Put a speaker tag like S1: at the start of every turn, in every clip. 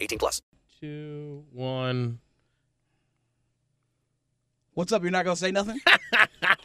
S1: 18 plus.
S2: two, one.
S3: What's up? You're not gonna say nothing.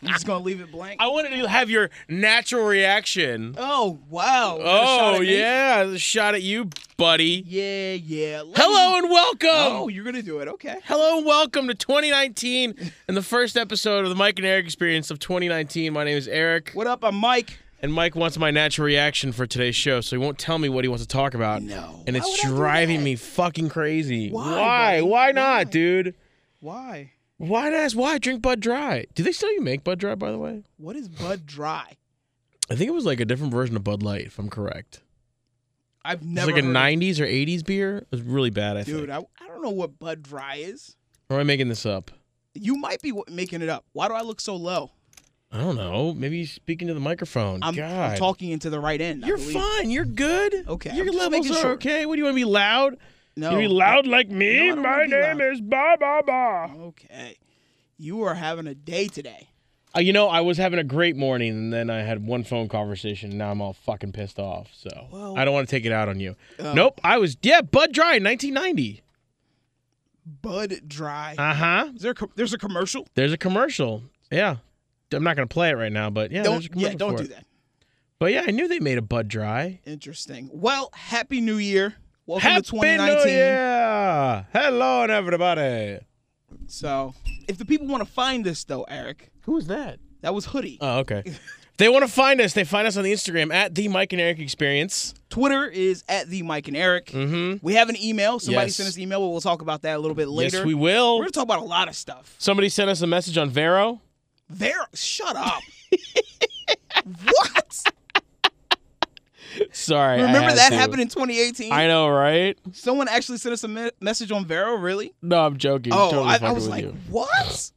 S3: You're just gonna leave it blank.
S2: I wanted to have your natural reaction.
S3: Oh wow! You got a shot
S2: Oh
S3: at me?
S2: yeah, a shot at you, buddy.
S3: yeah, yeah. Let
S2: Hello
S3: me-
S2: and welcome.
S3: Oh, you're gonna do it. Okay.
S2: Hello and welcome to 2019 and the first episode of the Mike and Eric Experience of 2019. My name is Eric,
S3: What up? I'm Mike.
S2: and Mike wants my natural reaction for today's show, so he won't tell me what he wants to talk about.
S3: No.
S2: and
S3: Why
S2: it's
S3: would I do
S2: driving
S3: that?
S2: me fucking crazy.
S3: Why,
S2: Why?
S3: buddy?
S2: Why not,
S3: Why?
S2: dude?
S3: Why?
S2: Why not? ask Why drink Bud Dry? Do they still even make Bud Dry, by the way?
S3: What is Bud Dry?
S2: I think it was like a different version of Bud Light, if I'm correct.
S3: I've
S2: It's
S3: never.
S2: like a
S3: heard of-
S2: 90s or 80s beer. It was really bad, I
S3: Dude,
S2: think.
S3: I, I don't know what Bud Dry is.
S2: Or am I making this up?
S3: You might be w- making it up. Why do I look so low?
S2: I don't know. Maybe you're speaking to the microphone.
S3: I'm,
S2: God.
S3: I'm talking into the right end. I
S2: You're
S3: believe.
S2: fine. You're good.
S3: Okay,
S2: Your
S3: I'm just
S2: levels
S3: making
S2: are
S3: sure.
S2: okay. What do you want to be loud?
S3: No.
S2: you want to be loud like me?
S3: No, I don't
S2: My
S3: wanna be
S2: name
S3: loud.
S2: is Ba Ba Ba.
S3: Okay. You are having a day today.
S2: Uh, you know, I was having a great morning, and then I had one phone conversation, and now I'm all fucking pissed off. So
S3: Well-
S2: I don't want to take it out on you.
S3: Oh.
S2: Nope. I was, yeah, Bud Dry, 1990.
S3: Bud Dry.
S2: Uh huh.
S3: Is there a, co- there's a commercial?
S2: There's a commercial. Yeah. I'm not going to play it right now, but yeah, there's a
S3: don't
S2: commercial
S3: yeah, don't
S2: for
S3: do
S2: it.
S3: that.
S2: But yeah, I knew they made a Bud Dry.
S3: Interesting. Well, happy new year. Welcome to 2019.
S2: New Year! Hello, everybody.
S3: So, if the people want to find us though, Eric,
S2: Who is that?
S3: that was Hoodie.
S2: Oh, okay. If they want to find us. They find us on the Instagram at the Mike and Eric Experience.
S3: Twitter is at the Mike and Eric.
S2: Mm-hmm.
S3: We have an email. Somebody
S2: Yes.
S3: sent us an email, but we'll talk about that a little bit later.
S2: Yes, we
S3: We're
S2: will.
S3: gonna talk about a lot of stuff.
S2: Somebody sent us a message on Vero.
S3: There, shut up. what?
S2: Sorry. I
S3: Remember
S2: had
S3: that
S2: to.
S3: happened in 2018?
S2: I know, right?
S3: Someone actually sent us a me- message on Vero. Really?
S2: No, I'm joking.
S3: oh,
S2: totally
S3: I, I
S2: fucking
S3: was
S2: with
S3: like,
S2: you.
S3: what?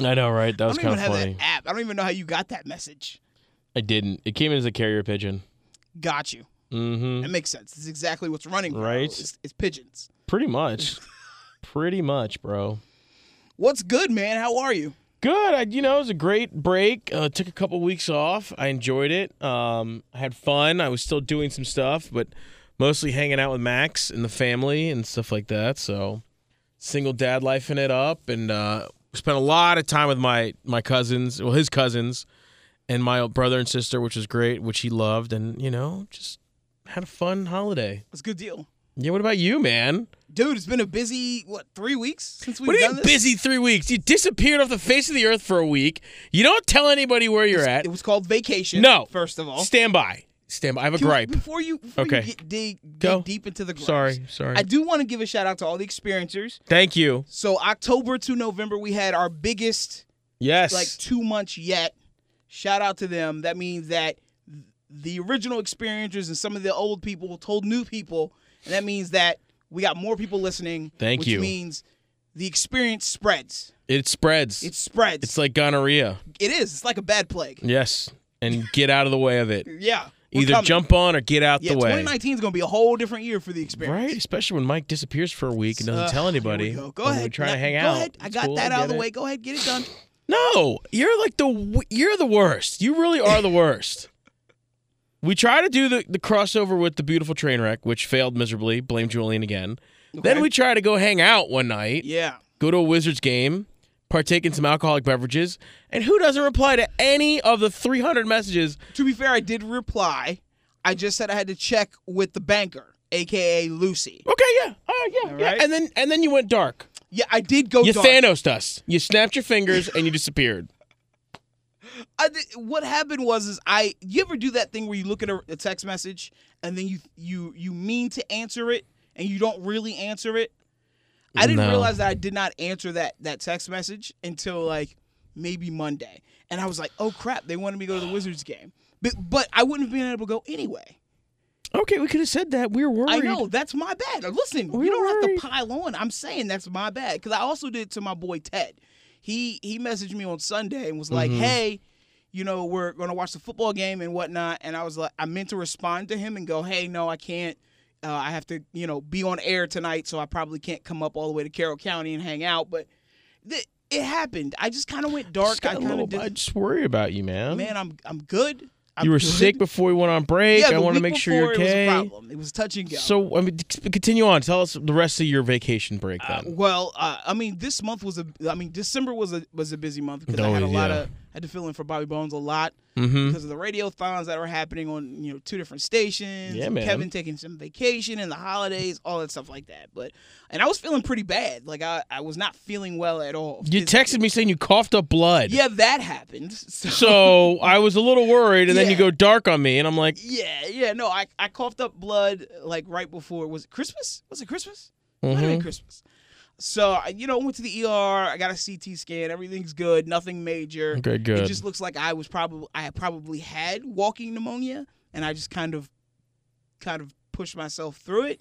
S2: I know, right? That
S3: I
S2: was
S3: don't
S2: kind
S3: even
S2: of
S3: have
S2: funny.
S3: that app. I don't even know how you got that message.
S2: I didn't. It came in as a carrier pigeon.
S3: Got you.
S2: Mm-hmm.
S3: That makes sense. That's exactly what's running. Vero.
S2: Right?
S3: It's, it's pigeons.
S2: Pretty much. Pretty much, bro.
S3: What's good, man? How are you?
S2: Good. I, you know, it was a great break. Uh, took a couple weeks off. I enjoyed it. Um, I had fun. I was still doing some stuff, but mostly hanging out with Max and the family and stuff like that. So, single dad lifing it up, and uh, spent a lot of time with my my cousins. Well, his cousins and my brother and sister, which was great, which he loved, and you know, just had a fun holiday.
S3: It's a good deal.
S2: Yeah. What about you, man?
S3: Dude, it's been a busy what three weeks since we've
S2: what are
S3: done
S2: you
S3: this.
S2: busy three weeks? You disappeared off the face of the earth for a week. You don't tell anybody where you're at.
S3: It was called vacation.
S2: No.
S3: first of all,
S2: Stand by. Stand by. I have a
S3: Can we-
S2: gripe.
S3: Before you, before you
S2: Okay.
S3: get, dig, dig
S2: Go.
S3: deep into the gripes,
S2: Sorry, sorry.
S3: I do want to give a shout out to all the experiencers.
S2: Thank you.
S3: So October to November, we had our biggest
S2: Yes.
S3: like two months yet. Shout out to them. That means that th- the original experiencers and some of the old people told new people, and that means that we got more people listening.
S2: Thank
S3: which
S2: you.
S3: Means the experience spreads.
S2: it spreads.
S3: It
S2: It's,
S3: spreads.
S2: like gonorrhea.
S3: it is. It's like a bad plague.
S2: Yes. And get out of the way of it.
S3: Yeah. we're
S2: Either
S3: coming.
S2: jump on or get out
S3: Yeah,
S2: the way.
S3: 2019 is going to be a whole different year for the experience.
S2: Right, especially when Mike disappears for a week and doesn't
S3: Uh,
S2: tell anybody.
S3: Here we go. Go
S2: when
S3: ahead.
S2: We try to
S3: Now-
S2: hang
S3: go
S2: out.
S3: ahead. I
S2: It's
S3: got
S2: cool,
S3: that
S2: I
S3: out
S2: get
S3: of the
S2: it.
S3: way. Go ahead, get it done.
S2: No, you're like the w- you're the worst. You really are the worst. We try to do the, the crossover with the beautiful train wreck, which failed miserably. Blame Julian again. Then
S3: Okay.
S2: we try to go hang out one night.
S3: Yeah.
S2: go to a Wizards game, partake in some alcoholic beverages, and who doesn't reply to any of the 300 messages?
S3: To be fair, I did reply. I just said I had to check with the banker, aka Lucy.
S2: Okay, yeah, oh yeah,
S3: All
S2: yeah.
S3: right.
S2: And then and then you went dark.
S3: Yeah, I did go.
S2: you
S3: dark.
S2: Thanos us. You snapped your fingers and you disappeared.
S3: I did, what happened was is I. You ever do that thing where you look at a, a text message and then you you you mean to answer it and you don't really answer it? I didn't
S2: No.
S3: realize that I did not answer that that text message until like maybe Monday, and I was like, oh crap, they wanted me to go to the Wizards game, but but I wouldn't have been able to go anyway.
S2: Okay, we could have said that. We were worried.
S3: I know that's my bad. Listen,
S2: We're
S3: you don't
S2: worried.
S3: have to pile on. I'm saying that's my bad because I also did it to my boy Ted. He he messaged me on Sunday and was like,
S2: Mm-hmm.
S3: "Hey, you know we're gonna watch the football game and whatnot." And I was like, I meant to respond to him and go, "Hey, no, I can't. Uh, I have to, you know, be on air tonight, so I probably can't come up all the way to Carroll County and hang out." But th- it happened. I just kind of went dark.
S2: Just got
S3: I
S2: a
S3: kind
S2: little-
S3: of
S2: I
S3: did.
S2: just worry about you, man.
S3: Man, I'm I'm good. I'm
S2: you were
S3: good.
S2: sick before we went on break.
S3: Yeah,
S2: I
S3: the
S2: want to
S3: week
S2: make sure you're
S3: before It was, a
S2: okay.
S3: problem. it was touch and go.
S2: So, I mean, c- continue on. Tell us the rest of your vacation break then.
S3: Well, uh, I mean, this month was a. I mean, December was a was a busy month because I
S2: Oh,
S3: had a lot
S2: yeah. Mm-hmm.
S3: of had to fill in for Bobby Bones a lot because of the radiothons that were happening on you know two different stations.
S2: Yeah,
S3: and
S2: man.
S3: Kevin taking some vacation and the holidays, all that stuff like that. But and I was feeling pretty bad. Like I I was not feeling well at all.
S2: you
S3: It's-
S2: texted me saying you coughed up blood.
S3: yeah, that happened. So,
S2: So I was a little worried, and then you
S3: Yeah.
S2: go dark on me, and I'm like,
S3: yeah, yeah, no, I I coughed up blood like right before was it Christmas? Was it Christmas? Might
S2: Mm-hmm.
S3: have been Christmas. So I- you know, went to the ER. I got a CT scan. Everything's good. Nothing major.
S2: Okay, good.
S3: It just looks like I was probably I had probably had walking pneumonia, and I just kind of, kind of pushed myself through it.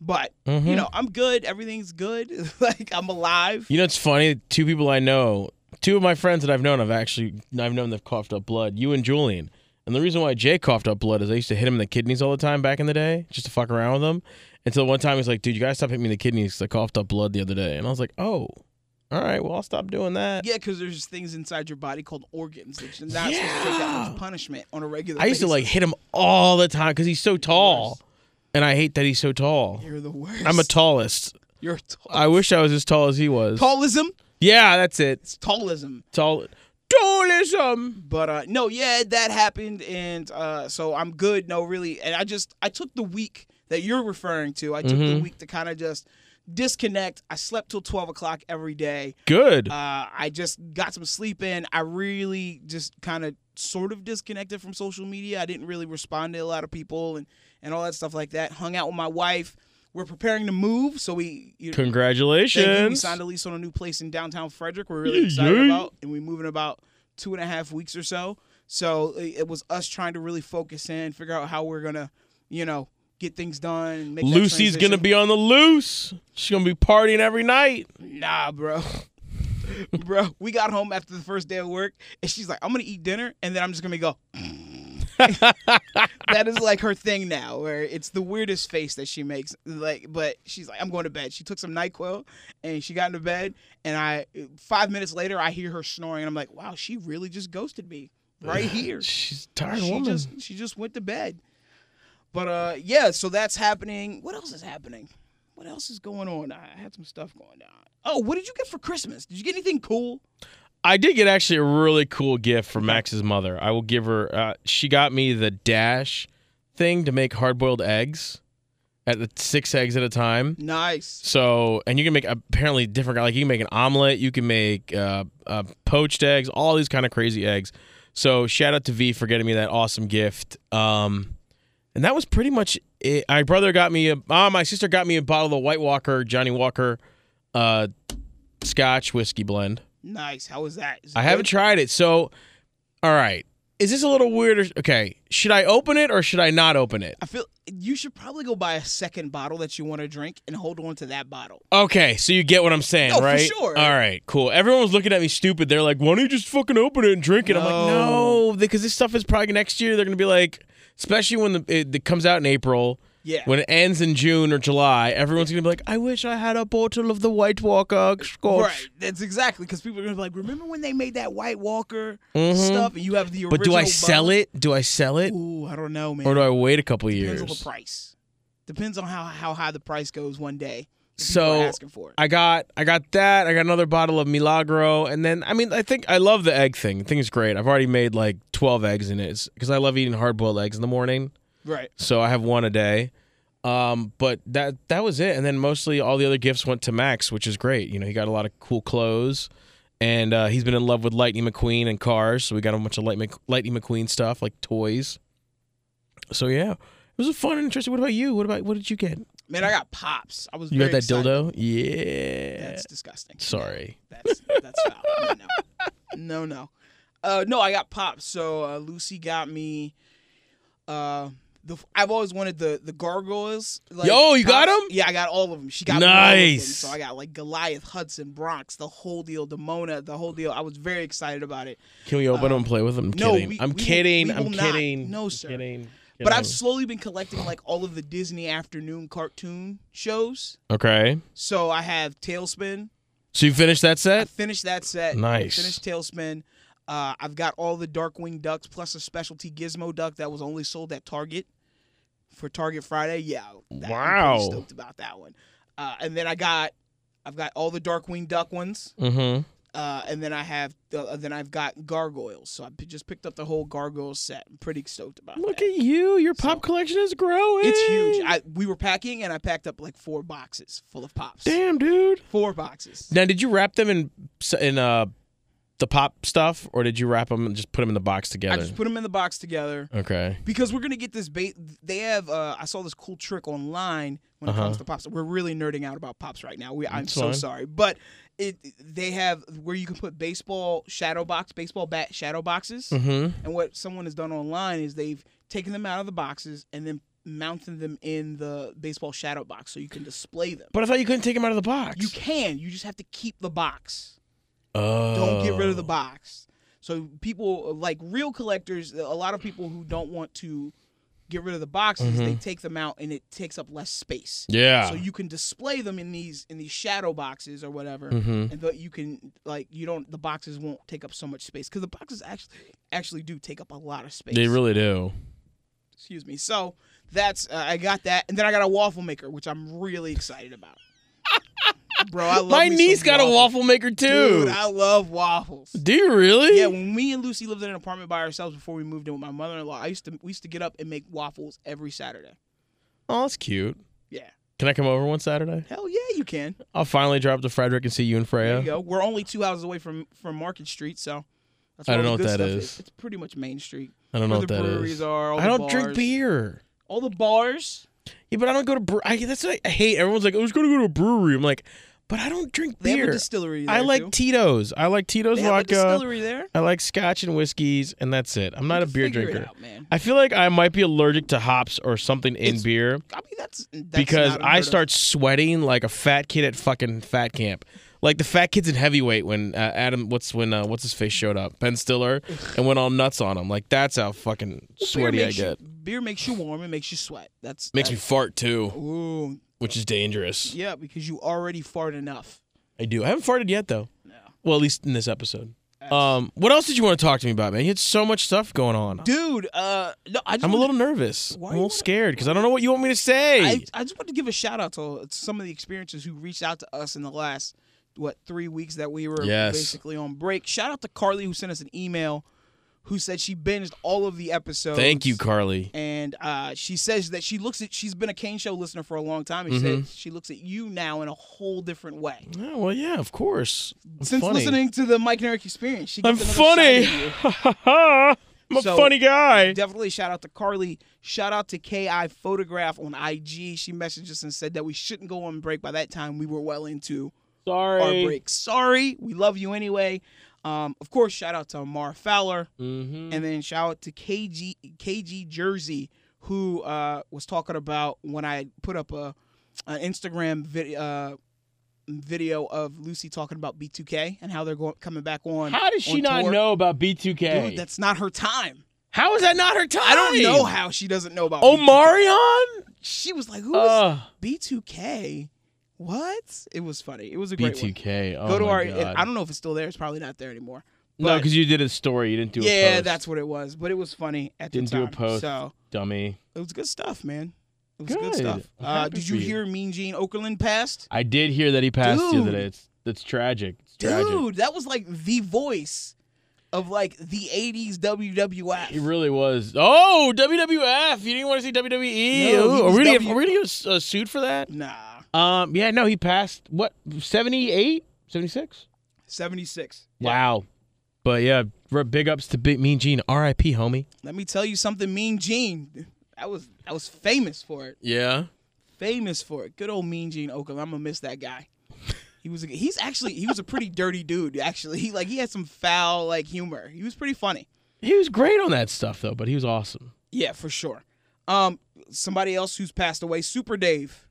S3: But
S2: Mm-hmm.
S3: you know, I'm good. Everything's good. like I'm alive.
S2: you know, it's funny. Two people I know, two of my friends that I've known, I've actually I've known they've coughed up blood. You and Julian. And the reason why Jay coughed up blood is I used to hit him in the kidneys all the time back in the day, just to fuck around with him. Until one time he's like, "Dude, you gotta stop hitting me in the kidneys 'cause I coughed up blood the other day." And I was like, "Oh, all right. Well, I'll stop doing that."
S3: Yeah, because there's things inside your body called organs that you're not supposed to take that much punishment on a regular.
S2: I used to like
S3: basis.
S2: hit him all the time because he's so tall, and I hate that he's so tall.
S3: You're the worst.
S2: I'm a tallest.
S3: You're tall.
S2: I wish I was as tall as he was.
S3: Tallism.
S2: Yeah, that's it.
S3: It's tallism.
S2: Tall. um, Tallism.
S3: But uh no, yeah, that happened and uh so I'm good, no really. And I just I took the week that you're referring to. I took the week to kind of just disconnect. I slept till twelve o'clock every day.
S2: Good.
S3: Uh I just got some sleep in. I really just kind of sort of disconnected from social media. I didn't really respond to a lot of people and and all that stuff like that. Hung out with my wife. We're preparing to move, so we you know, Thank you. We
S2: Congratulations.
S3: signed a lease on a new place in downtown Frederick. We're really excited about, and we move in about two and a half weeks or so. So it it was us trying to really focus in, figure out how we're gonna, you know, get things done. And make that
S2: Lucy's gonna
S3: transition.
S2: be on the loose. She's gonna be partying every night.
S3: nah, bro. bro, we got home after the first day of work, and she's like, "I'm gonna eat dinner," and then I'm just gonna go. that is like her thing now, where it's the weirdest face that she makes. Like, but she's like, "I'm going to bed." She took some Nyquil and she got into bed, and I five minutes later, I hear her snoring, and I'm like, "Wow, she really just ghosted me right here."
S2: She's a tired
S3: she
S2: woman.
S3: just she just went to bed. But uh, yeah, so that's happening. What else is happening? What else is going on? I had some stuff going on. Oh, what did you get for Christmas? Did you get anything cool?
S2: I did get actually a really cool gift from Max's mother. I will give her. Uh, she got me the dash thing to make hard boiled eggs, at the six eggs at a time.
S3: Nice.
S2: So, and you can make apparently different. Like you can make an omelet, you can make uh, uh, poached eggs, all these kind of crazy eggs. So, shout out to V for getting me that awesome gift. Um, and that was pretty much it. My brother got me a, ah, my sister got me a bottle of White Walker, Johnny Walker, uh, Scotch whiskey blend.
S3: Nice. How was that? Is it
S2: I haven't
S3: good?
S2: tried it. So, all right, is this a little weird? Or, okay, should I open it or should I not open it?
S3: I feel you should probably go buy a second bottle that you want to drink and hold on to that bottle.
S2: Okay, so you get what I'm saying,
S3: No, for
S2: right?
S3: sure.
S2: All right, cool. Everyone was looking at me stupid. They're like, "Why don't you just fucking open it and drink it?" I'm like,
S3: No.
S2: "No, because this stuff is probably next year. They're gonna be like, especially when the it, it comes out in April."
S3: Yeah.
S2: When it ends in June or July, everyone's gonna be like, "I wish I had a bottle of the White Walker Scotch."
S3: Right. That's exactly because people are gonna be like, remember when they made that White Walker stuff and you have the
S2: Mm-hmm.
S3: original.
S2: But do I sell
S3: bottle?
S2: it? Do I sell it,
S3: Ooh, I don't know, man.
S2: or do I wait a couple years?
S3: Depends on the price. Depends on how how high the price goes one day. if people
S2: So
S3: are asking for it.
S2: I got I got that. I got another bottle of Milagro, and then I mean I think I love the egg thing. I think it's great. I've already made like twelve eggs in it because I love eating hard boiled eggs in the morning.
S3: right.
S2: So I have one a day. Um, but that that was it. And then mostly all the other gifts went to Max, which is great. You know, he got a lot of cool clothes, and uh, he's been in love with Lightning McQueen and cars. So we got a bunch of Light Mc- Lightning McQueen stuff like toys. So yeah, it was a fun and interesting. What about you? What about what did you get?
S3: Man, I got pops. I was.
S2: You
S3: very
S2: got that
S3: excited.
S2: dildo? Yeah.
S3: That's disgusting.
S2: Sorry.
S3: That's that's foul. No, no, no. no. Uh, no, I got pops. So uh, Lucy got me uh, The I've always wanted the the gargoyles. Like,
S2: Yo, you got 'em?
S3: Yeah, I got all of them. She got me all of 'em.
S2: Nice.
S3: So I got like Goliath, Hudson, Bronx, the whole deal, Demona, the whole deal. I was very excited about it.
S2: Can we open them and play with them? I'm
S3: no,
S2: kidding.
S3: we-
S2: I'm
S3: we will-
S2: kidding.
S3: we
S2: I'm
S3: will not.
S2: kidding.
S3: No,
S2: I'm
S3: sir.
S2: Kidding.
S3: But I've
S2: Kidding.
S3: slowly been collecting like all of the Disney afternoon cartoon shows.
S2: okay.
S3: So I have Tailspin.
S2: So you finished that
S3: I
S2: set?
S3: finished that set.
S2: Nice.
S3: Finished Tailspin. Uh, I've got all the Darkwing ducks plus a specialty Gizmo duck that was only sold at Target for Target Friday. Yeah. that- I'm
S2: Wow.
S3: pretty stoked about that one. Uh, and then I got, I've got all the Darkwing duck ones.
S2: Mm-hmm.
S3: Uh, and then I have, uh, then I've got gargoyles. So I p- just picked up the whole gargoyle set. I'm pretty stoked about
S2: Look
S3: that.
S2: at you. Your pop collection is growing.
S3: It's huge. I we were packing and I packed up like four boxes full of pops.
S2: Damn, dude.
S3: Four boxes.
S2: Now, did you wrap them in in uh the pop stuff, or did you wrap them and just put them in the box
S3: I
S2: together?
S3: just put them in the box together
S2: okay.
S3: because we're gonna get this bait. They have. Uh, I saw this cool trick online when it comes to pops. We're really nerding out about pops right now. We, I'm
S2: That's
S3: so
S2: Uh-huh. fine.
S3: sorry, but it they have where you can put baseball shadow box, baseball bat shadow boxes.
S2: Mm-hmm.
S3: And what someone has done online is they've taken them out of the boxes and then mounted them in the baseball shadow box so you can display them.
S2: But I thought you couldn't take them out of the box.
S3: You can. You just have to keep the box.
S2: Oh.
S3: don't get rid of the box. So people like real collectors, a lot of people who don't want to get rid of the boxes, they take them out and it takes up less space.
S2: Mm-hmm. Yeah.
S3: So you can display them in these in these shadow boxes or whatever,
S2: Mm-hmm.
S3: and the, you can like you don't the boxes won't take up so much space because the boxes actually actually do take up a lot of space.
S2: They really do.
S3: excuse me. So that's uh, I got that, and then I got a waffle maker, which I'm really excited about. Bro, I love
S2: My
S3: me some
S2: niece got a
S3: waffles.
S2: waffle maker too.
S3: Dude, I love waffles.
S2: do you really?
S3: Yeah, when me and Lucy lived in an apartment by ourselves before we moved in with my mother in law, I used to we used to get up and make waffles every Saturday.
S2: Oh, that's cute.
S3: Yeah.
S2: Can I come over one Saturday?
S3: Hell yeah, you can.
S2: I'll finally drop to Frederick and see you and
S3: There
S2: Freya.
S3: you go. We're only two houses away from from Market Street, so that's
S2: I
S3: where
S2: don't
S3: all the
S2: know
S3: good
S2: what that
S3: stuff
S2: is.
S3: It's pretty much Main Street.
S2: I don't know
S3: Where
S2: what
S3: the
S2: that
S3: breweries
S2: is.
S3: are. All
S2: I
S3: the
S2: don't
S3: bars.
S2: drink beer.
S3: All the bars.
S2: Yeah, but I don't go to. Bre- I, that's what I hate. Everyone's like, "Oh, just gonna go to a brewery." I'm like, but I don't drink
S3: They have
S2: beer.
S3: a distillery.
S2: I
S3: there,
S2: like
S3: too.
S2: Tito's. I like Tito's
S3: They have a
S2: vodka.
S3: distillery there.
S2: I like Scotch and whiskeys, and that's it. I'm not a
S3: Just
S2: beer
S3: figure it
S2: drinker.
S3: out, man.
S2: I feel like I might be allergic to hops or something in
S3: It's-
S2: beer
S3: I mean that's, that's
S2: because
S3: not unheard
S2: I
S3: of.
S2: start sweating like a fat kid at fucking fat camp. Like the fat kids in heavyweight when uh, Adam, what's when uh, what's his face showed up, Ben Stiller, and went all nuts on him. Like that's how fucking
S3: beer
S2: sweaty I
S3: makes you-
S2: get.
S3: beer makes you warm. It makes you sweat. That's
S2: Makes me fart too,
S3: Ooh,
S2: which is dangerous.
S3: yeah, because you already fart enough.
S2: I do. I haven't farted yet though.
S3: No.
S2: Well, at least in this episode. Um, what else did you want to talk to me about, man? You had so much stuff going on.
S3: dude. Uh, no, I just
S2: I'm a
S3: wanted-
S2: little nervous. I'm
S3: Why
S2: a
S3: you
S2: little
S3: wanna-
S2: scared because I don't know what you want me to say.
S3: I, I just want to give a shout out to some of the experiences who reached out to us in the last what three weeks that we were
S2: Yes.
S3: basically on break. Shout out to Carly who sent us an email, who said she binged all of the episodes.
S2: Thank you, Carly.
S3: And uh, she says that she looks at she's been a Kane Show listener for a long time. And
S2: Mm-hmm.
S3: she said she looks at you now in a whole different way
S2: Oh, well, yeah, of course. I'm
S3: since
S2: funny.
S3: listening to the Mike and Eric experience. She
S2: I'm
S3: gets another side
S2: funny.
S3: of you.
S2: I'm a
S3: So-
S2: funny guy.
S3: Definitely shout out to Carly. Shout out to KI Photograph on IG. She messaged us and said that we shouldn't go on break. By that time, we were well into our
S2: Sorry.
S3: break. Sorry. We love you anyway. Um, of course, shout out to Amar Fowler.
S2: Mm-hmm. Mm.
S3: And then shout out to KG, KG Jersey, who uh, was talking about when I put up a an Instagram video. Uh, video of Lucy talking about B2K and how they're going coming back on. on tour.
S2: about B2K?
S3: Dude, that's not her time.
S2: how is that not her time?
S3: I don't know how she doesn't know about B2K.
S2: Omarion?
S3: She was like, "Who is
S2: Ugh.
S3: B2K? What?" It was funny. It was a great one.
S2: B2K. Oh
S3: Go to
S2: my
S3: our.
S2: God.
S3: I don't know if it's still there. It's probably not there anymore.
S2: no,
S3: but-
S2: because you did a story. You didn't do a post.
S3: yeah, that's what it was. But it was funny at
S2: Didn't
S3: the
S2: do a
S3: time.
S2: post.
S3: So
S2: dummy.
S3: it was good stuff, man. It was good,
S2: Good.
S3: stuff.
S2: I'm
S3: Uh,
S2: happy
S3: did
S2: for
S3: you
S2: you.
S3: hear Mean Gene Okerlund passed?
S2: I did hear that he passed the other
S3: Dude.
S2: day. It's that's tragic. It's tragic.
S3: Dude, that was like the voice of like the '80s WWF.
S2: He really was. Oh, WWF. You didn't want to see WWE.
S3: No, he
S2: Ooh, are,
S3: was
S2: we gonna get,
S3: W-
S2: are we gonna get uh, sued for that?
S3: nah,
S2: Um, yeah, no, he passed what 78, 76?
S3: '76.
S2: Wow. But yeah, r- big ups to Big Mean Gene. R.I.P. homie.
S3: Let me tell you something, Mean Gene. That was I was famous for it.
S2: Yeah.
S3: famous for it. Good old Mean Gene Oakland. I'm gonna miss that guy. He was a, he's actually he was a pretty dirty dude. Actually, he like he had some foul like humor. He was pretty funny.
S2: He was great on that stuff though, but he was awesome.
S3: Yeah, for sure. Um, somebody else who's passed away, Super Dave.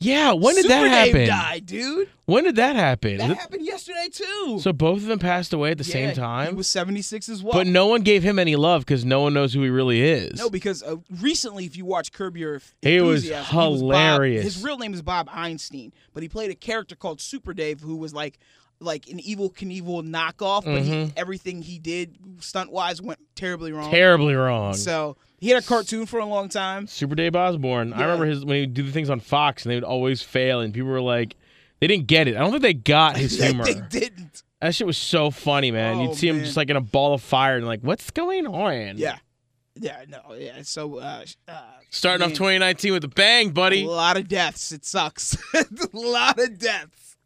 S2: Yeah, when did
S3: Super
S2: that happen?
S3: Dave died, dude.
S2: When did that happen?
S3: That
S2: Th-
S3: happened yesterday too.
S2: So both of them passed away at the
S3: Yeah,
S2: same time,
S3: He was 76 as well.
S2: but no one gave him any love because no one knows who he really is.
S3: No, because uh, recently, if you watch Curb Your F-
S2: He was
S3: Enthusiasm,
S2: hilarious.
S3: He was Bob, his real name is Bob Einstein, but he played a character called Super Dave, who was like like an evil Knievel knockoff. But
S2: Mm-hmm.
S3: he, everything he did stunt wise went terribly wrong.
S2: terribly wrong.
S3: so he had a cartoon for a long time.
S2: Super Dave Osborne. I
S3: Yeah.
S2: remember his when he would do the things on Fox, and they would always fail, and people were like, they didn't get it. I don't think they got his humor. Mm.
S3: they didn't.
S2: that shit was so funny, man.
S3: Oh,
S2: You'd see him
S3: man.
S2: just like in a ball of fire, and like, what's going on?
S3: Yeah, yeah, no, yeah. So uh, sh- uh,
S2: Starting off
S3: Man.
S2: 2019 with a bang,
S3: a
S2: buddy.
S3: lot of deaths. It sucks. a lot of deaths.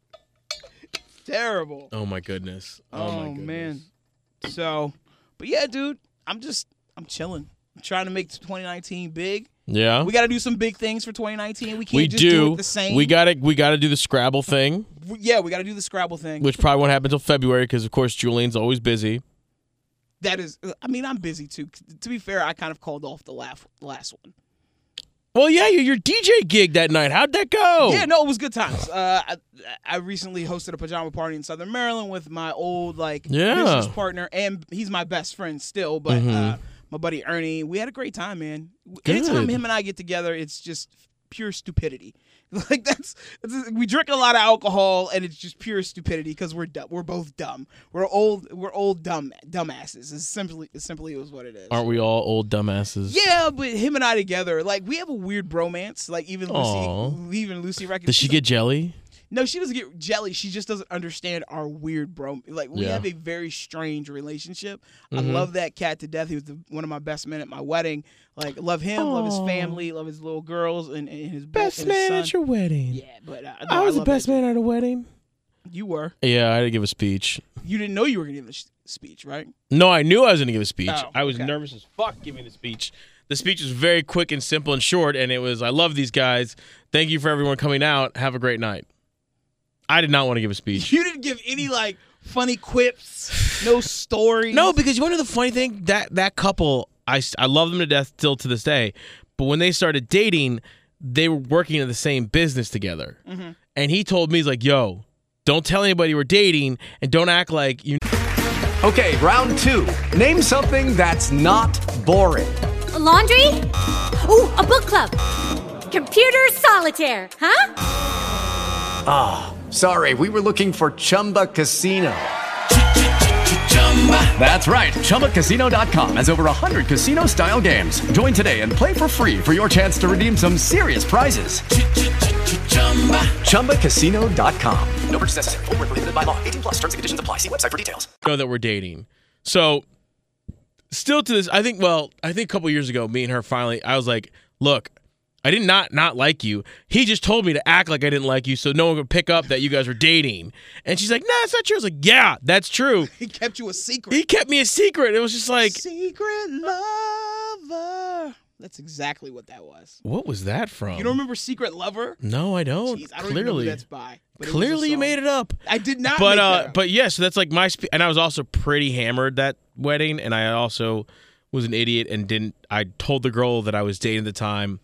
S3: Terrible.
S2: Oh my goodness. Oh, my goodness.
S3: man. So, but yeah, dude, I'm just I'm chilling. I'm trying to make 2019 big.
S2: Yeah.
S3: We got to do some big things for 2019. We can't
S2: we
S3: just
S2: do.
S3: it the same.
S2: We got to we got to do the Scrabble thing,
S3: We- yeah, we got to do the Scrabble thing.
S2: which probably won't happen until February because of course Julian's always busy.
S3: that is, uh, I mean, I'm busy too. To be fair, I kind of called off the last last one.
S2: Well, yeah, your, your DJ gig that night. How'd that go?
S3: Yeah, no, it was good times. Uh, I, I recently hosted a pajama party in Southern Maryland with my old like
S2: Yeah. Mm-hmm.
S3: business partner, and he's my best friend still. But uh, my buddy Ernie, we had a great time, man. Anytime
S2: Good.
S3: him and I get together, it's just pure stupidity. Like that's, that's we drink a lot of alcohol, and it's just pure stupidity because we're dumb. We're both dumb. We're old. We're old dumb dumbasses. Is simply simply is what it is.
S2: Aren't we all old dumbasses?
S3: yeah, but him and I together, like we have a weird bromance. Like even
S2: Aw.
S3: Lucy, even Lucy reckons
S2: Does she
S3: she's
S2: get jelly?
S3: no, she doesn't get jelly. She just doesn't understand our weird bro. Like we
S2: Yeah. Mm-hmm.
S3: have a very strange relationship. I love that cat to death. He was the, one of my best men at my wedding. Like love him, love his
S2: Aw.
S3: family, love his little girls, and, and his bo-
S2: Best
S3: and his
S2: man
S3: son.
S2: at your wedding.
S3: Yeah, but uh,
S2: I was the best
S3: man.
S2: man at a wedding.
S3: You were.
S2: Yeah, I had to give a speech.
S3: You didn't know you were gonna give this speech, right?
S2: No, I knew I was going to give a speech.
S3: Oh,
S2: I was
S3: okay.
S2: nervous as fuck giving the speech. The speech was very quick and simple and short, and it was, I love these guys. Thank you for everyone coming out. Have a great night. I did not want to give a speech.
S3: You didn't give any like funny quips, no stories.
S2: No, because you want to know the funny thing that that couple, I s- I love them to death still to this day, but when they started dating, they were working in the same business together, and he told me he's like, "Yo, don't tell anybody we're dating, and don't act like you."
S4: Okay, round two. Name something that's not boring.
S5: A laundry? Ooh, a book club. Computer solitaire, huh?
S4: Sorry, we were looking for Chumba Casino. That's right. ChumbaCasino.com has over 100 casino style games. Join today and play for free for your chance to redeem some serious prizes. ChumbaCasino.com.
S1: No purchase necessary. Void where prohibited by law. 18 plus terms and conditions apply. See website for details.
S2: know that we're dating. So still to this, I think well, I think a couple years ago, me and her finally I was like, look, I did not not like you. He just told me to act like I didn't like you so no one could pick up that you guys were dating. And she's like, nah, it's not true. I was like, yeah, that's true.
S3: he kept you a secret.
S2: He kept me a secret. It was just like
S3: secret lover. That's exactly what that was.
S2: what was that from?
S3: You don't remember Secret Lover?
S2: No, I don't.
S3: Jeez, I don't even know
S2: clearly.
S3: who that's by. but it was a
S2: clearly you
S3: song.
S2: made it up.
S3: I did not.
S2: but
S3: make
S2: uh
S3: that up.
S2: but yeah so that's like my spe- and i was also pretty hammered that wedding and i also was an idiot and didn't i told the girl that i was dating at the time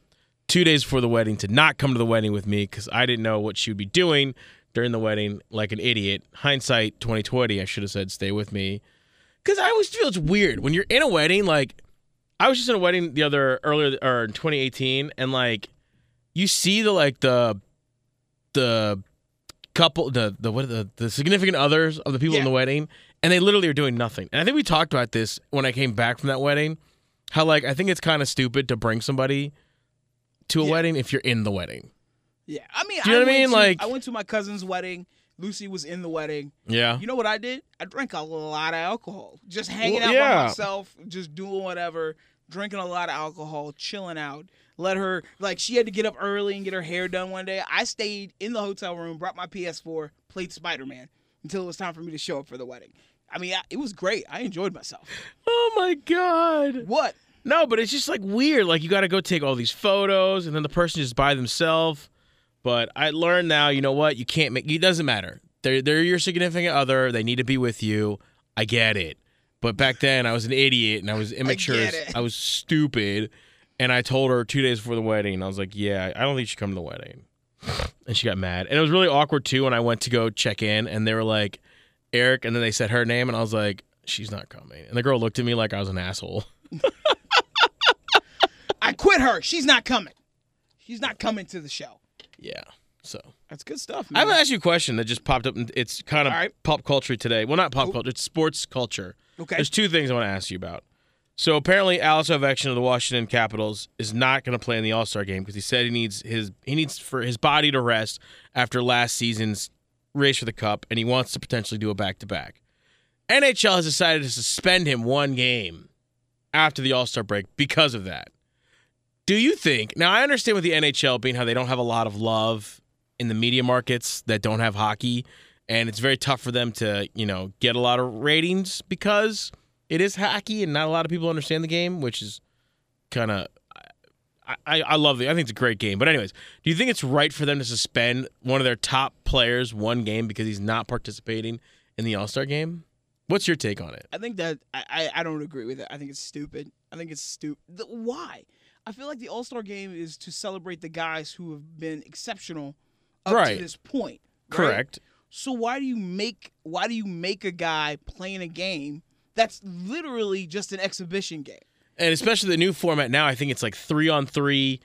S2: two days before the wedding to not come to the wedding with me because i didn't know what she would be doing during the wedding like an idiot hindsight 2020 i should have said stay with me because i always feel it's weird when you're in a wedding like i was just in a wedding the other earlier or in 2018 and like you see the like the the couple the the what are the, the significant others of the people in
S3: Yeah.
S2: the wedding and they literally are doing nothing and i think we talked about this when i came back from that wedding how like i think it's kind of stupid to bring somebody to a
S3: Yeah.
S2: wedding if you're in the wedding
S3: yeah, I mean,
S2: Do you know
S3: I
S2: what I
S3: went
S2: mean?
S3: to-
S2: Like-
S3: I went to my cousin's wedding. Lucy was in the wedding.
S2: yeah
S3: You know what I did? I drank a lot of alcohol, just hanging
S2: Well,
S3: out
S2: yeah.
S3: by myself, just doing whatever, drinking a lot of alcohol, chilling out. Let her like she had to get up early and get her hair done one day. I stayed in the hotel room, brought my PS4, played Spider Man until it was time for me to show up for the wedding. I mean, I, it was great. I enjoyed myself.
S2: oh my god
S3: What?
S2: no but it's just like weird like you gotta go take all these photos and then the person just by themselves but i learned now you know what you can't make it doesn't matter they're, they're your significant other they need to be with you i get it but back then i was an idiot and i was immature
S3: get
S2: as-
S3: it.
S2: I was stupid And I told her two days before the wedding, I was like, yeah, I don't think she come to the wedding. And she got mad. And it was really awkward too when I went to go check in and they were like, Eric. And then they said her name and I was like, she's not coming. And the girl looked at me like I was an asshole.
S3: I quit her. She's not coming. She's not coming to the show.
S2: Yeah. So
S3: That's good stuff,
S2: I'm
S3: man.
S2: gonna ask you a question that just popped up. and It's kind of
S3: Mm. All right.
S2: pop culture today. Well, not pop culture. It's sports culture.
S3: Okay.
S2: There's two things I want to ask you about. So apparently, Alex Ovechkin of the Washington Capitals is not going to play in the All Star game because he said he needs his he needs for his body to rest after last season's race for the cup, and he wants to potentially do a back to back. NHL has decided to suspend him one game after the All Star break because of that. Do you think now? I understand with the NHL being how they don't have a lot of love in the media markets that don't have hockey, and it's very tough for them to you know get a lot of ratings because it is hockey and not a lot of people understand the game, which is kind of. I, I, I love it. I think it's a great game. But anyways, do you think it's right for them to suspend one of their top players one game because he's not participating in the All Star game? What's your take on it?
S3: I think that I, I, I don't agree with it. I think it's stupid. I think it's stupid. Why? I feel like the All Star game is to celebrate the guys who have been exceptional up
S2: Right.
S3: to this point. right?
S2: Correct.
S3: So why do you make why do you make a guy playing a game that's literally just an exhibition game?
S2: and especially the new format now, I think it's like three on three,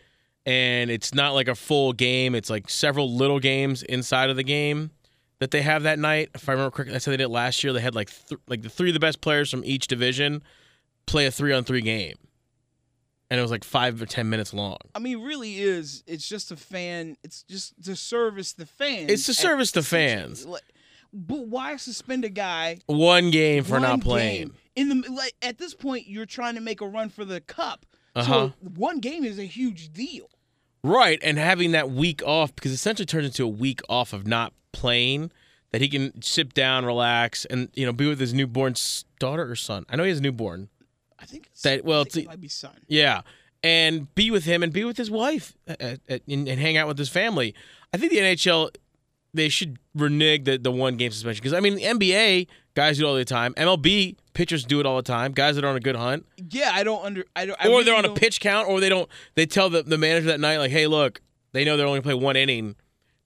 S2: and it's not like a full game. It's like several little games inside of the game that they have that night. If I remember correctly, that's how they did it last year. They had like th- like the three of the best players from each division play a three on three game, and it was like five or ten minutes long.
S3: I mean, it really is. It's just a fan. It's just to service the fans.
S2: It's to
S3: at-
S2: service the fans.
S3: Like, But why suspend a guy
S2: One game for
S3: one
S2: not playing.
S3: game? In the like, at this point, you're trying to make a run for the cup.
S2: Uh-huh.
S3: So one game is a huge deal.
S2: Right, and having that week off because essentially turns into a week off of not playing that he can sit down, relax, and you know be with his newborn s- daughter or son. I know he has a newborn.
S3: I think it's,
S2: That- well,
S3: I think
S2: it's-
S3: it might be son.
S2: Yeah, and be with him and be with his wife uh, uh, and, and hang out with his family. I think the NHL they should renege the, the one game suspension because I mean the NBA guys do it all the time. MLB pitchers do it all the time. Guys that are on a good hunt
S3: Yeah, I don't under. I don't. I
S2: or
S3: really
S2: they're on a
S3: don't-
S2: pitch count, or they don't. They tell the, the manager that night, like, "Hey, look, they know they're only gonna play one inning.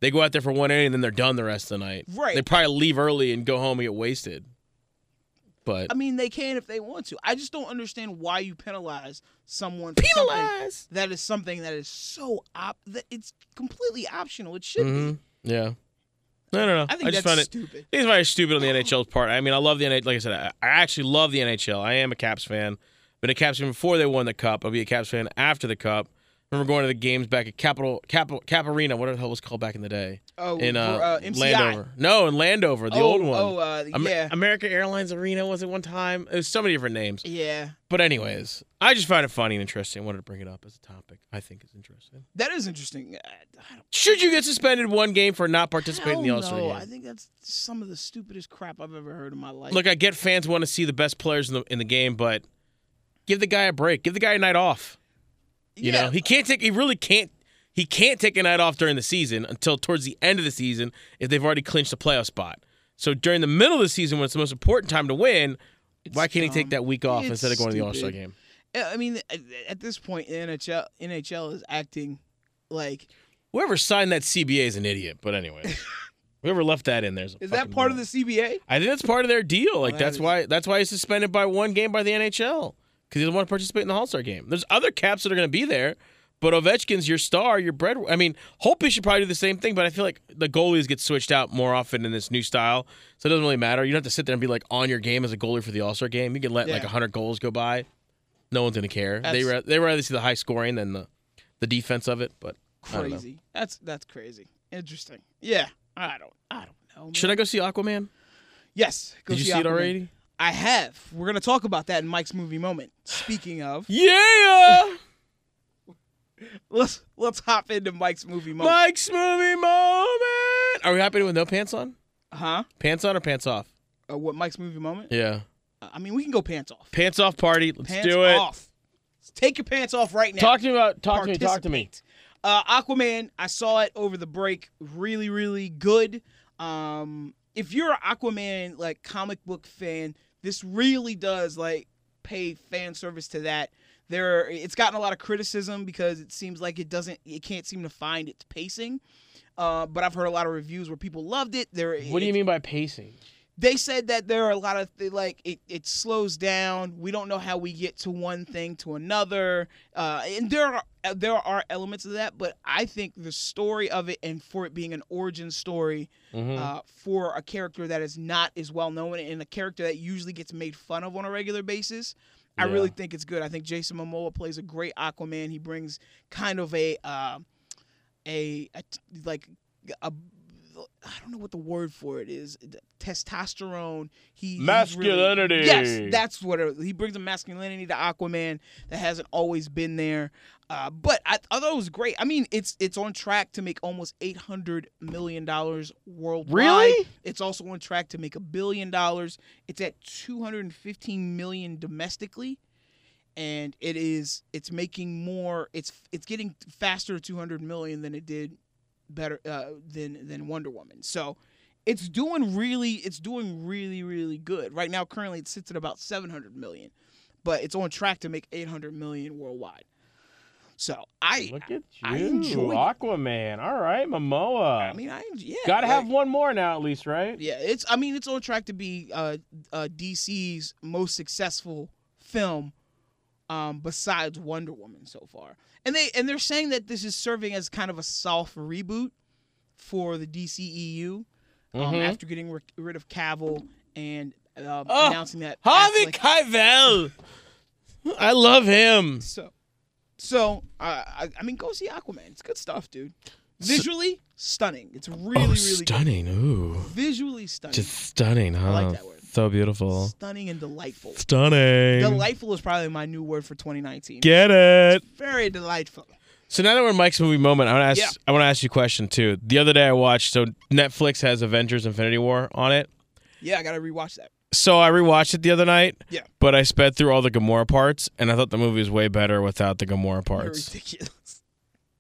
S2: They go out there for one inning, and then they're done the rest of the night.
S3: Right.
S2: They probably leave early and go home and get wasted. But
S3: I mean, they can if they want to. I just don't understand why you penalize someone. For something
S2: penalize.
S3: that is something that is so op that it's completely optional. It should
S2: Mm-hmm.
S3: be.
S2: Yeah. No, no, no.
S3: I think
S2: just
S3: that's
S2: found it.
S3: stupid.
S2: I think it's very stupid on the NHL's part. I mean, I love the NHL. Like I said, I, I actually love the NHL. I am a Caps fan. Been a Caps fan before they won the Cup. I'll be a Caps fan after the Cup. remember going to the games back at Capital Capital Cap Arena. What the hell was it called back in the day?
S3: Oh,
S2: in uh,
S3: for, uh, MCI.
S2: Landover. No, in Landover, the
S3: Oh,
S2: old one.
S3: oh, uh, yeah.
S2: America Airlines Arena was it one time? It was so many different names.
S3: Yeah,
S2: But anyways, I just found it funny and interesting. I wanted to bring it up as a topic. I think it's interesting.
S3: that is interesting. I, I don't
S2: Should you get suspended one game for not participating
S3: Hell
S2: in the All-Star
S3: no.
S2: game?
S3: I think that's some of the stupidest crap I've ever heard in my life.
S2: Look, I get fans want to see the best players in the in the game, but give the guy a break. Give the guy a night off. You
S3: Yeah.
S2: know, he can't take. He really can't. He can't take a night off during the season until towards the end of the season if they've already clinched a playoff spot. So during the middle of the season, when it's the most important time to win, why can't he take
S3: dumb.
S2: that week off
S3: It's
S2: instead of going to the All Star
S3: stupid.
S2: game?
S3: I mean, at- at this point, NHL NHL is acting like
S2: Whoever signed that CBA is an idiot. But anyway, whoever left that in there's a
S3: is that
S2: fucking
S3: part of
S2: moron.
S3: the CBA?
S2: I think that's part of their deal. Like
S3: Well, that
S2: that's
S3: is-
S2: why that's why he's suspended by one game by the NHL because he doesn't want to participate in the All Star game. There's other caps that are going to be there, but Ovechkin's your star, your bread. I mean, Holpe should probably do the same thing, but I feel like the goalies get switched out more often in this new style, so it doesn't really matter. You don't have to sit there and be like on your game as a goalie for the All Star game. You can let like
S3: Yeah.
S2: hundred goals go by. No one's going to care. They
S3: That's-
S2: ra- they rather see the high scoring than the the defense of it. But I don't know.
S3: Crazy. That's that's crazy. Interesting. Yeah. I don't. I don't know. man.
S2: Should I go see Aquaman?
S3: Yes. Go
S2: Did you see it
S3: Aquaman.
S2: already?
S3: I have. We're gonna talk about that in Mike's movie moment. Speaking of,
S2: Yeah,
S3: let's let's hop into Mike's movie moment.
S2: Mike's movie moment. Are we happening with no pants on?
S3: Huh?
S2: Pants on or pants off?
S3: Uh, what Mike's movie moment? Uh,
S2: Yeah.
S3: I mean, we can go pants off.
S2: Pants off party. Let's
S3: Pants
S2: do it.
S3: off. Take your pants off right now.
S2: Talk to me about talk to me. Talk to me.
S3: Participate. Uh, Aquaman, I saw it over the break. Really, really good. Um, if you're an Aquaman like comic book fan, this really does like pay fan service to that. There, are, it's gotten a lot of criticism because it seems like it doesn't, it can't seem to find its pacing. Uh, but I've heard a lot of reviews where people loved it. There,
S2: What do you mean by pacing?
S3: They said that there are a lot of th- like it, it slows down. We don't know how we get to one thing to another, uh, and there are there are elements of that. But I think the story of it and for it being an origin story uh, for a character that is not as well known and a character that usually gets made fun of on a regular basis. I
S2: Yeah.
S3: really think it's good. I think Jason Momoa plays a great Aquaman. He brings kind of a uh, a, a t- like a I don't know what the word for it is. The Testosterone. He he's really-
S2: Masculinity.
S3: yes, that's what it, he brings. A masculinity to Aquaman that hasn't always been there. Uh, but I, I thought it was great. I mean, it's it's on track to make almost eight hundred million dollars worldwide.
S2: Really?
S3: It's also on track to make a billion dollars. It's at two hundred and fifteen million domestically and it is it's making more it's it's getting faster to 200 million than it did better uh, than than Wonder Woman. So it's doing really it's doing really really good. Right now currently it sits at about 700 million, but it's on track to make 800 million worldwide. So I
S2: Look at you,
S3: I enjoyed it.
S2: Aquaman. All right, Momoa.
S3: I mean I yeah.
S2: Got to
S3: like-
S2: have one more now, at least, right?
S3: Yeah, it's. I mean, it's on track to be uh, uh, DC's most successful film, um, besides Wonder Woman so far. And they and they're saying that this is serving as kind of a soft reboot for the DCEU um,
S2: Mm-hmm.
S3: after getting ri- rid of Cavill and um, announcing that
S2: Ah, Harvey
S3: Affleck-
S2: Keivel. I love him.
S3: So, so uh, I, I mean, go see Aquaman. It's good stuff, dude. Visually stunning. It's really, really good.
S2: Oh, stunning. Ooh.
S3: visually stunning,
S2: Just stunning, huh?
S3: like that word.
S2: So beautiful.
S3: stunning and delightful.
S2: Stunning.
S3: Delightful is probably my new word for 2019.
S2: Get it.
S3: Very delightful.
S2: So now that we're in Mike's movie moment, I want to ask.
S3: Yeah.
S2: I want to ask you a question too. The other day I watched. So Netflix has Avengers: Infinity War on it.
S3: Yeah, I gotta rewatch that.
S2: So I rewatched it the other night.
S3: Yeah.
S2: But I sped through all the Gamora parts, and I thought the movie was way better without the Gamora
S3: You're
S2: parts.
S3: ridiculous.